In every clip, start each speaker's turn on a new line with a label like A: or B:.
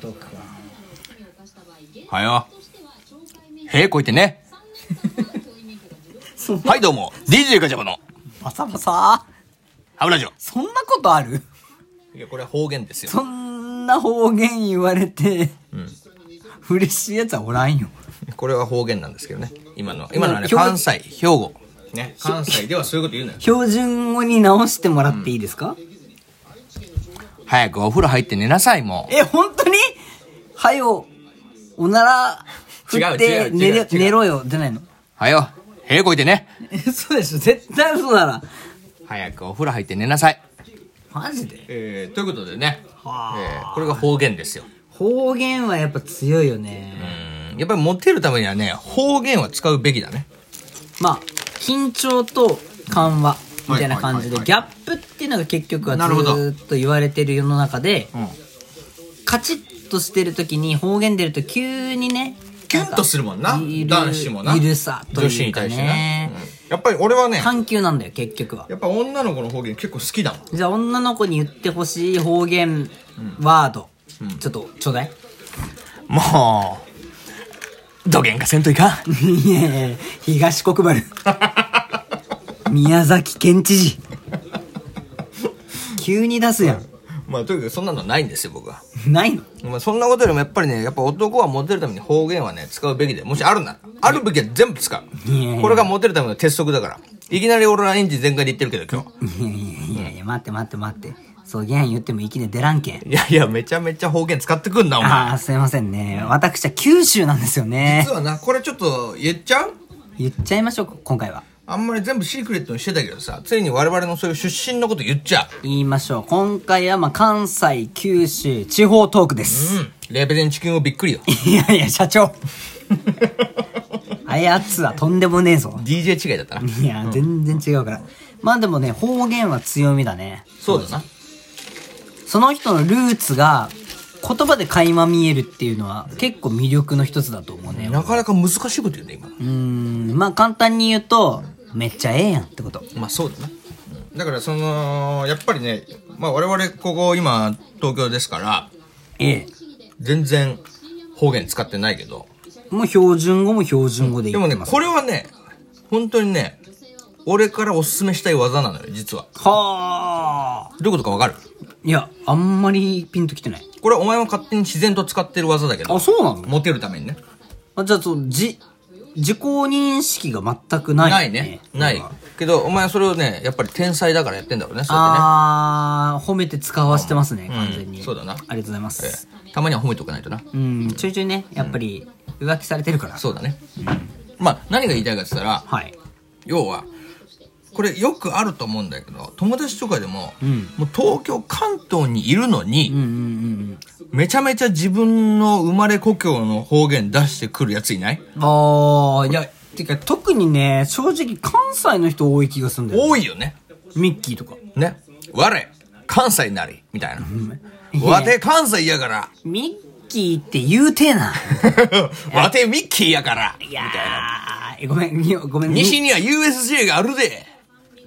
A: と不安
B: はよ。へえ、こいてね。
C: そんな
B: はい、どうも。DJ ガチャバの
C: バサバサ
B: ハブラジオ。
C: そんなことある
B: いや、これは方言ですよ。
C: そんな方言言われて、嬉しいやつはおらんよ。
B: これは方言なんですけどね。今のは、今のはね、
C: 兵庫
B: 関西、兵庫。ね、関西ではそういうこと言うのよ。
C: 標準語に直してもらっていいですか、
B: 早くお風呂入って寝なさい、も
C: え、本当にはよ、おなら、振って
B: 違う違う違う
C: 寝れ
B: 違う
C: 寝ろよ、じゃない の。
B: う。はよ。へえ、こいてね。
C: え、そうでしょ絶対嘘だな。
B: 早くお風呂入って寝なさい。
C: マジで
B: えー、ということでね。
C: はあ
B: えーこれが方言ですよ。
C: 方言はやっぱ強いよね。
B: うん。やっぱりモテるためにはね、方言は使うべきだね。
C: まあ、緊張と緩和みたいな感じで、
B: はい
C: ギャップっていうのが結局はず
B: なるほど
C: ーっと言われてる世の中で、
B: うん。
C: カチッとしてる時に方言出ると急にね、
B: キュンとするもんな。
C: いる
B: 男子もな。
C: いるさというかね
B: 女子に対してな。うんやっぱり俺はね、
C: 緩急なんだよ、結局は。
B: やっぱ女の子の方言結構好きだもん。
C: じゃあ女の子に言ってほしい方言、ワード、ちょっとちょうだい
B: もう、どげんかせんといか。
C: いやいやいや東国 原宮崎県知事急に出すやん
B: まあ、とにかくそんなのはないんですよ、僕は。
C: ないの
B: まあ、そんなことよりもやっぱりね、やっぱ男はモテるために方言はね、使うべきで、もしあるなら、あるべきは全部使
C: いやいや
B: う。これがモテるための鉄則だから。いきなり俺はエンジン全開で言ってるけど、今日。
C: いやいやいやいや待って待って待ってそう言言っても息で出らんけん
B: いやいや、めちゃめちゃ方言使ってくんな、お前。
C: ああすいませんね私は九州なんですよね
B: 実はな、これちょっと言っちゃう
C: 言っちゃいましょうか今回は
B: あんまり全部シークレットにしてたけどさ、ついに我々のそういう出身のこと言っちゃう。
C: 言いましょう今回はまあ関西九州地方トークです、
B: うん。レベレンチキンをびっくりよ。
C: いやいや社長あやつはとんでもねえぞ
B: DJ 違いだったな。
C: いや全然違うからまあでもね方言は強みだね
B: そうだな。
C: その人のルーツが言葉で垣間見えるっていうのは結構魅力の一つだと思うね
B: なかなか難しいこと言うね、今。
C: うーんまあ簡単に言うとめっちゃええやんってこと
B: まあそうだな。だからその、やっぱりね、まあ我々ここ今東京ですから、
C: ええ
B: 全然方言使ってないけど、
C: もう標準語も標準語で
B: で
C: 言
B: も
C: っ
B: ね、
C: てます、
B: これはね、本当にね、俺からおすすめしたい技なのよ、実は。
C: はあ
B: どういうことかわかる
C: いやあんまりピンときてない
B: これはお前も勝手に自然と使ってる技だけど。
C: あそうなの
B: モテるためにね。
C: あじゃあそうじ自己認識が全くない、
B: ないね。ない。けど、お前はそれをね、やっぱり天才だからやってんだろうね、そうやってね。
C: あー褒めて使わしてますね、
B: うん
C: 完全に
B: そうだな
C: ありがとうございます、
B: ええたまには褒めておかないとな。
C: うんちょいちょいねやっぱり浮気されてるから、
B: そうだね。まあ、何が言いたいかって言ったら、
C: はい
B: 要はこれよくあると思うんだけど友達とかでも,、
C: ん
B: もう東京関東にいるの
C: うん
B: に、
C: うんうん
B: めちゃめちゃ自分の生まれ故郷の方言出してくるやついない
C: うんああいやてか特にね正直関西の人多い気がするんだよ
B: 多いよね
C: ミッキーとか
B: ね我関西なりみたいな、
C: いや
B: わて関西やから
C: ミッキーって言うてえな。
B: わてミッキーやからみ
C: い
B: た
C: や
B: いな
C: ー、ごめん、みごめん。
B: 西
C: み
B: には USJ があるで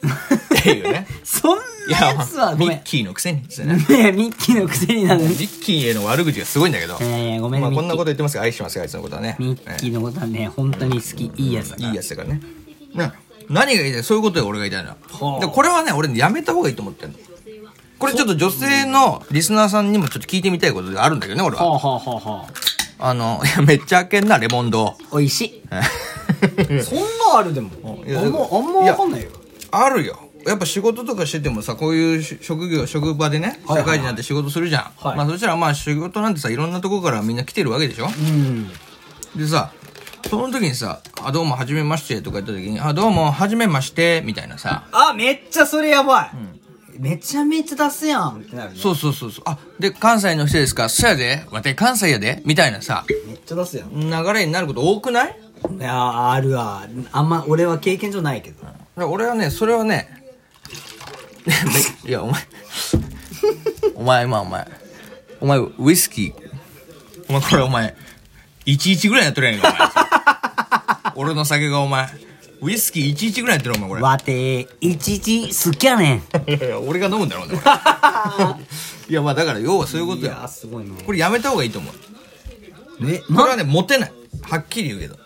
B: っていうね
C: そん
B: い
C: な
B: や
C: やつは、ご
B: ミ
C: めん。
B: ッキーのくせにですね
C: いや、ミッキーのくせになる
B: ミ。ッキーへの悪口がすごいんだけど
C: いやいやごめん
B: まあ、
C: ミッキ
B: こ
C: ー
B: んなこと言ってますけど愛してますよあいつのことはね
C: ミッキーのことはね、本当に好き、いいやつだから。
B: いいやつだからね。ね何が言いたいそういうことよ、俺が言いたいの
C: はあ
B: は。でこれはね、俺やめた方がいいと思ってんの。これちょっと女性のリスナーさんにもちょっと聞いてみたいことがあるんだけどね、俺
C: ほ
B: は。
C: うほうほうほう。
B: あの、 いや、めっちゃ開けんな、レモ ンド。
C: おいしい。そんなあるでも。
B: いやい
C: ない
B: や
C: よ。
B: あるよ。やっぱ仕事とかしててもさ、こういうし職業、職場でね、
C: はいはいはい
B: 社会人になって仕事するじゃん。
C: はい
B: まあそしたらまあ仕事なんてさ、いろんなとこからみんな来てるわけでしょ
C: うん。
B: でさ、その時にさ、あ、どうも、はじめましてとか言った時に、あ、どうも、はじめまして、みたいなさ、
C: あ、めっちゃそれやばい。めちゃめちゃ出すやんってなるね。
B: そうそうそうそう。あ、で、関西の人ですかそやでわて関西やでみたいなさ、
C: めっちゃ出すやん。い
B: 流れになること多くない
C: やー、あるわ。あんま、俺は経験上ないけど。
B: 俺はね、それはね、 めいや、お前、お前、まあお前、お前、ウイスキー、お前、これお前、11ぐらいやっとるやん か、お前。俺の酒がお前、ウイスキー11ぐらいやってるお前、これ。
C: わて、いちいち好きやねん。
B: いやいや俺が飲むんだろうね、 いやまあだから要はそういうこと
C: いやー
B: や
C: すごいな
B: これやめた方がいいと思う
C: え
B: これ
C: な
B: はねモテないはっきり言うけど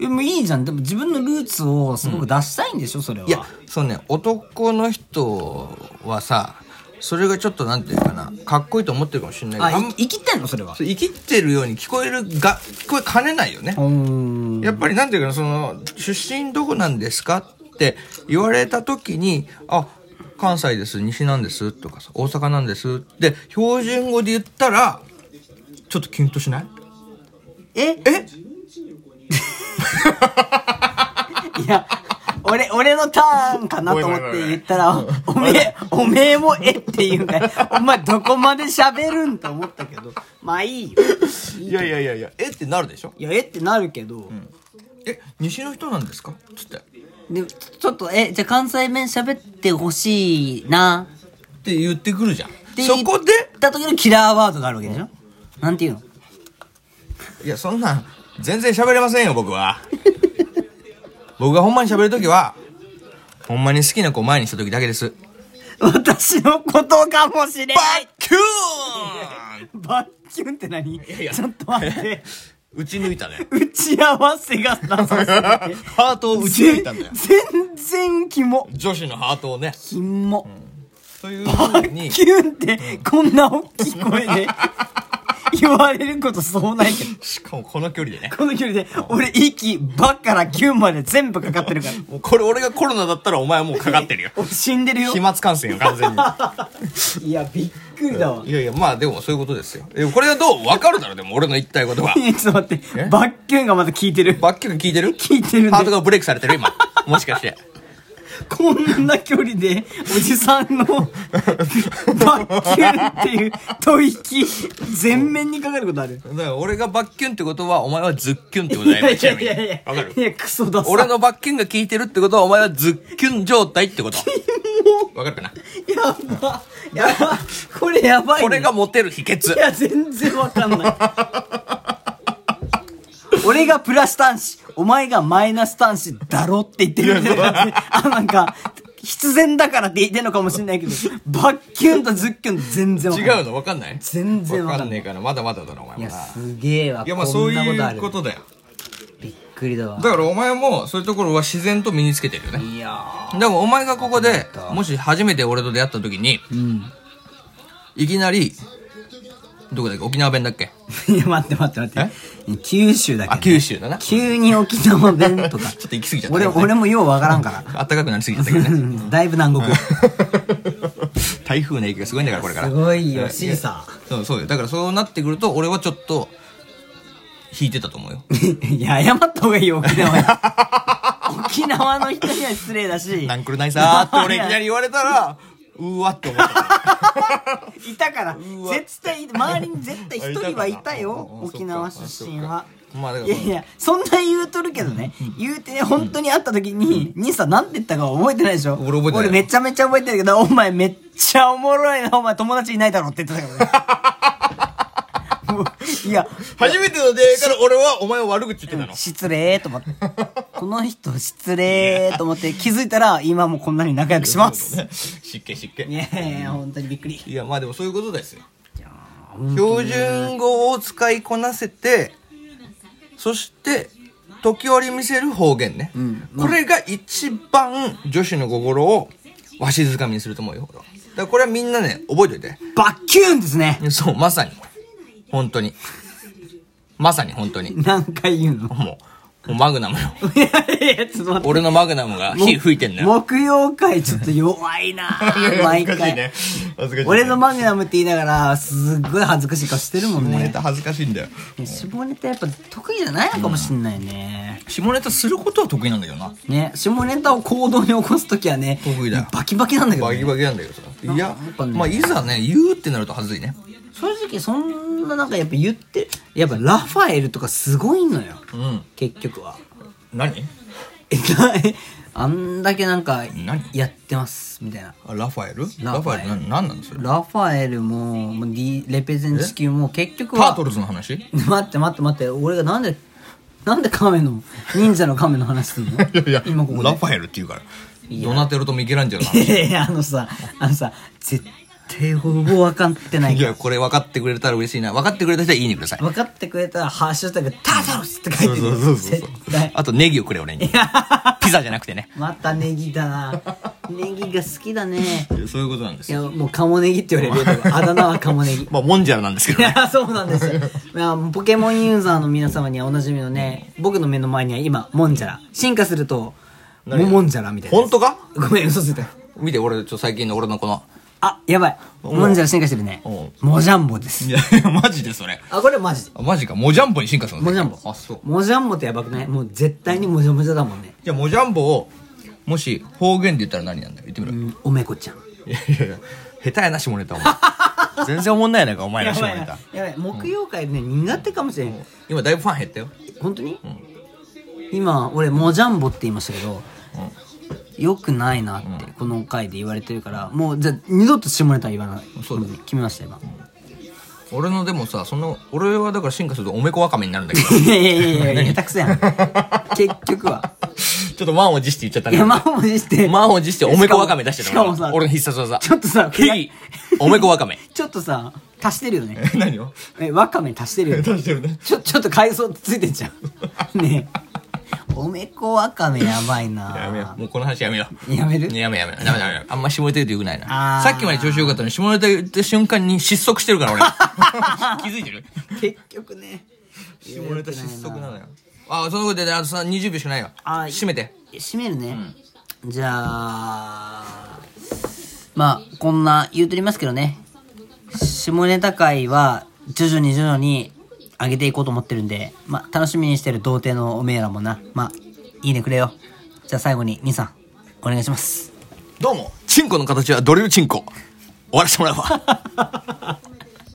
C: えもういいじゃんでも自分のルーツをすごく出したいんでしょそれはい
B: やそうね男の人はさそれがちょっとなんていうかなかっこいいと思ってるかもしれないけど
C: あ
B: あん
C: い生きてんのそれは
B: そう生きてるように聞こえるが聞こえかねないよね
C: うーん
B: やっぱりなんていうかなその出身どこなんですかって言われた時にあ関西です西なんですとかさ大阪なんですって標準語で言ったらちょっとキュンとしない
C: え
B: え
C: いや、俺、俺のターンかなと思って言ったら、お めえ、おめえもえって言うんだよ。お前どこまで喋るんと思ったけど。まあいいよ。
B: いやいやいやいやえってなるでしょ
C: いや、えってなるけど。
B: え西の人なんですかつってっ
C: で、ちょっと、え、じゃあ関西弁喋ってほしいな。
B: て言ってくるじゃん
C: って
B: そ
C: 言
B: こで
C: った時のキラーワードがあるわけでしょなんていうの
B: いや、そんなん、全然喋れませんよ、僕は。 僕がほんまに喋るときは、ほんまに好きな子を前にしたときだけです。
C: 私のことかもしれ
B: バ
C: ない。
B: ッキューン
C: バッキュンって何
B: いや
C: ちょっと待って。
B: 打ち抜いた ね。
C: 打ち合わせがなさすぎて。
B: ハートを打ち抜いたんだよ。
C: 全然キモ。
B: 女子のハートをね。
C: キモ。
B: というふうに、
C: キュンって、こんな大きい声で、言われることそうないけど。
B: しかもこの距離でね。
C: この距離で、俺、息、ばっからキュンまで全部かかってるから。
B: もうこれ俺がコロナだったらお前はもうかかってるよ。
C: 俺死んでるよ
B: 飛。沫感染よ、完 全に。
C: いや、びっくりだわ。
B: いやいや、まあでもそういうことですよ。えこれがどうわかるだろう、でも俺の言いたいことは。
C: いや ちょっと待っ
B: え
C: て、バッキュンがまだ効いてる。
B: バッキューン聞いてる
C: 聞いてるね
B: ハートがブレイクされてる今。もしかして。
C: こんな距離で、おじさんの、バッキュンっていう吐息、全面にかかることある。
B: だから俺がバッキュンってことは、お前はズッキュンってことだよ、ちなみに。わかる
C: いや、クソださ。
B: 俺のバッキュンが効いてるってことは、お前はズッキュン状態ってこと。わかるかな
C: やば。やば。これやばいね。
B: これがモテる秘訣
C: い。や、全然わかんない。俺がプラス端子、お前がマイナス端子だろって言ってるみたいな感じ。あ、なんか、必然だからって言ってんのかもしれないけど、バッキュンとズッキュン全然わかんない。
B: 違うのわかんない
C: 全然わ
B: わ
C: か
B: か
C: んな
B: んね
C: い
B: えから、まだまだだな、お前
C: い
B: も
C: や、
B: な。
C: すげえわ。
B: いや、まあ
C: こ
B: そうん
C: なことあ
B: いう
C: る
B: ことだよ。
C: びっくりだわ
B: だ。からお前も、そういうところは自然と身につけてるよね。
C: いやー。
B: でもお前がここで、もし初めて俺と出会った時に、いきなり、どこだっけ沖縄弁だっけ
C: いや、待って待って待って。九州だけど
B: あ、九州だ な。ちょ
C: 急に沖縄弁とか。
B: っと行き 過ぎちゃったけ
C: 俺、
B: どね。
C: 俺もようわからんから。
B: あったかくなりすぎちゃったけどね。
C: だいぶ南国。す
B: 台風の影響がすごいんだからこれから
C: ごいよ、
B: や
C: シーサー。
B: そうそうよだからそうなってくると俺はちょっと引いてたと思うよ
C: いや、謝った方がいいよ、沖 縄に。沖縄の人には失礼だし。
B: なんくるないさーって俺いきなり言われたらうわって思った
C: いたから、絶対、周りに絶対一人はいたよ、
B: あいたか
C: 沖縄出身は
B: あそっかあそっか。まあだか
C: い
B: ら
C: やいや、そんな言うとるけどね。言うて、本当に会った時に、兄さんなんて言ったか覚えてないでしょ
B: 俺覚えてない
C: 俺めちゃめちゃ覚えてるけど、お前めっちゃおもろいな、お前友達いないだろって言ってたからね。 もういや、
B: 初めての出会いから俺はお前を悪口言ってたの
C: 失礼と思って。この人失礼と思って気づいたら今もこんなに仲良くし ます。
B: 湿気湿気
C: いやいや、本当にびっくり。
B: いやまあでもそういうことですよ標準語を使いこなせてそして時折見せる方言ね、これが一番女子の心をわしづかみにすると思うよ俺はだからこれはみんなね覚えて
C: バッキューンですね
B: おい。てそうまさに本当にまさに本当に
C: 何回言うの
B: もうもうマグナムよ
C: いやいや、ちょっと待って。
B: 俺のマグナムが火吹いてんのよ
C: 木曜会ちょっと弱い な毎回。
B: 恥ずか
C: 俺のマグナムって言いながら、すっごい恥ずかしい顔してるもんね。
B: 恥ずかしいんだよ
C: 下ネタやっぱ得意じゃないのかもしんないね。
B: 下ネタすることは得意なんだけどな
C: ね、下ネタを行動に起こすときはね、
B: 得意だよ
C: バキバキなんだけど
B: バ
C: ね、
B: キバキなんだけどさいや
C: なんかね
B: まあいざね言うってなると恥ずいね
C: 正直そんななんかやっぱ言って、やっぱラファエルとかすごいのよ。
B: うん
C: 結局は。
B: 何
C: え、な、え、あんだけなんか
B: 何、
C: やってます、みたいな。
B: あラファエル
C: ラ
B: ラ
C: フ
B: フ
C: ァエ
B: ァエ
C: ル
B: ルな何なんですよ
C: ラファエルも、もうディレペゼン地球も結局
B: タ
C: は。
B: ートルズの話 い
C: 待って待って待って、俺がなんで、なんで亀の、忍者の亀の話すんの 今ここで。
B: ラファエルって言うからドナテロとミケランジェロの話
C: いやいや、あのさ、あのさ、絶てほぼ分かってない
B: い
C: から
B: や、これ分かってくれたら嬉しいな。分かってくれた人はいいねください。
C: 分かってくれたら「ハッシュタグタザロス」って書
B: そ
C: いうて
B: そ
C: る
B: うそうそうそう
C: 絶対。
B: あとネギをくれ、俺に。ピザじゃなくてね。
C: またネギだなネギが好きだね
B: そういうことなんで
C: い
B: すよ。
C: やもうカモネギって言われるよあだ名はカモネギ
B: まあ、モンジャラなんですけど
C: い
B: ね。
C: やそうなんですよ、まあ、ポケモンユーザーの皆様にはおなじみのね僕の目の前には今モンジャラ進化するとモモンジャラみたいな
B: 本当か
C: ごめん嘘ついた
B: 見て、俺、ちょっと最近の俺のこの。
C: あやばいモンジャラ進化してるね
B: う
C: モジャンボです
B: いや、マジでそれ。
C: あこれマジで
B: あマジか。モジャンボに進化するの
C: モジャンボ
B: あ、そう。
C: モジャンボってやばくないもう絶対にモジャモジャだもんね
B: じゃあ、モジャンボを、もし方言で言ったら何なんだよ。言ってみろ。
C: うんおめこちゃん
B: いやいやいや、下手やな、下ネタ、お 前。全然おもんないやないか、お前ら
C: や
B: 下
C: ばい
B: ネ
C: な
B: タ。
C: やばい木曜会ね苦手かもしれん
B: 今、だいぶファン減ったよ。
C: 本当に、今俺モジャンボって言いましたけど、よくないなって、この回で言われてるからもうじゃあ二度と下ネタは言わない
B: そうだ
C: も決めました今、
B: 俺のでもさ、その、俺はだから進化するとおめこわかめになるんだけど。
C: いやいやいやいや下手くそやん結局は
B: ちょっと満を持して言っちゃったね。
C: 山を持して
B: 満を持しておめこわかめ出してた
C: しかもしかもさ
B: 俺の必殺技。
C: ちょっとさ
B: ヘイ、おめこわかめ。
C: ちょっとさ足してるよね
B: え 何を
C: えわかめ足してるよね
B: 出してるね。
C: ちょちょっと海藻ついてんじゃ んねえおめこわかめやばいな
B: やめよう。もうこの話やめよう。
C: やめる
B: ねやめやめ。ダメダメダメ。あんま下ネタ言うとよくないな。
C: あー
B: さっきまで調子良かったのに、下ネタ言った瞬間に失速してる から俺。気づいてる
C: 結局ね
B: 下ネタ失速なのよ。あー、そのことで、あとさ、20秒しかないよ。
C: あー
B: 閉めて。
C: 閉めるね、じゃあまあこんな言うとりますけどね下ネタ会は徐々に徐々に上げていこうと思ってるんで、まあ、楽しみにしてる童貞のおめえらもなまあいいねくれよじゃあ最後に兄さんお願いします
B: どうも、チンコの形はドリルチンコ。終わらせてもらうわ。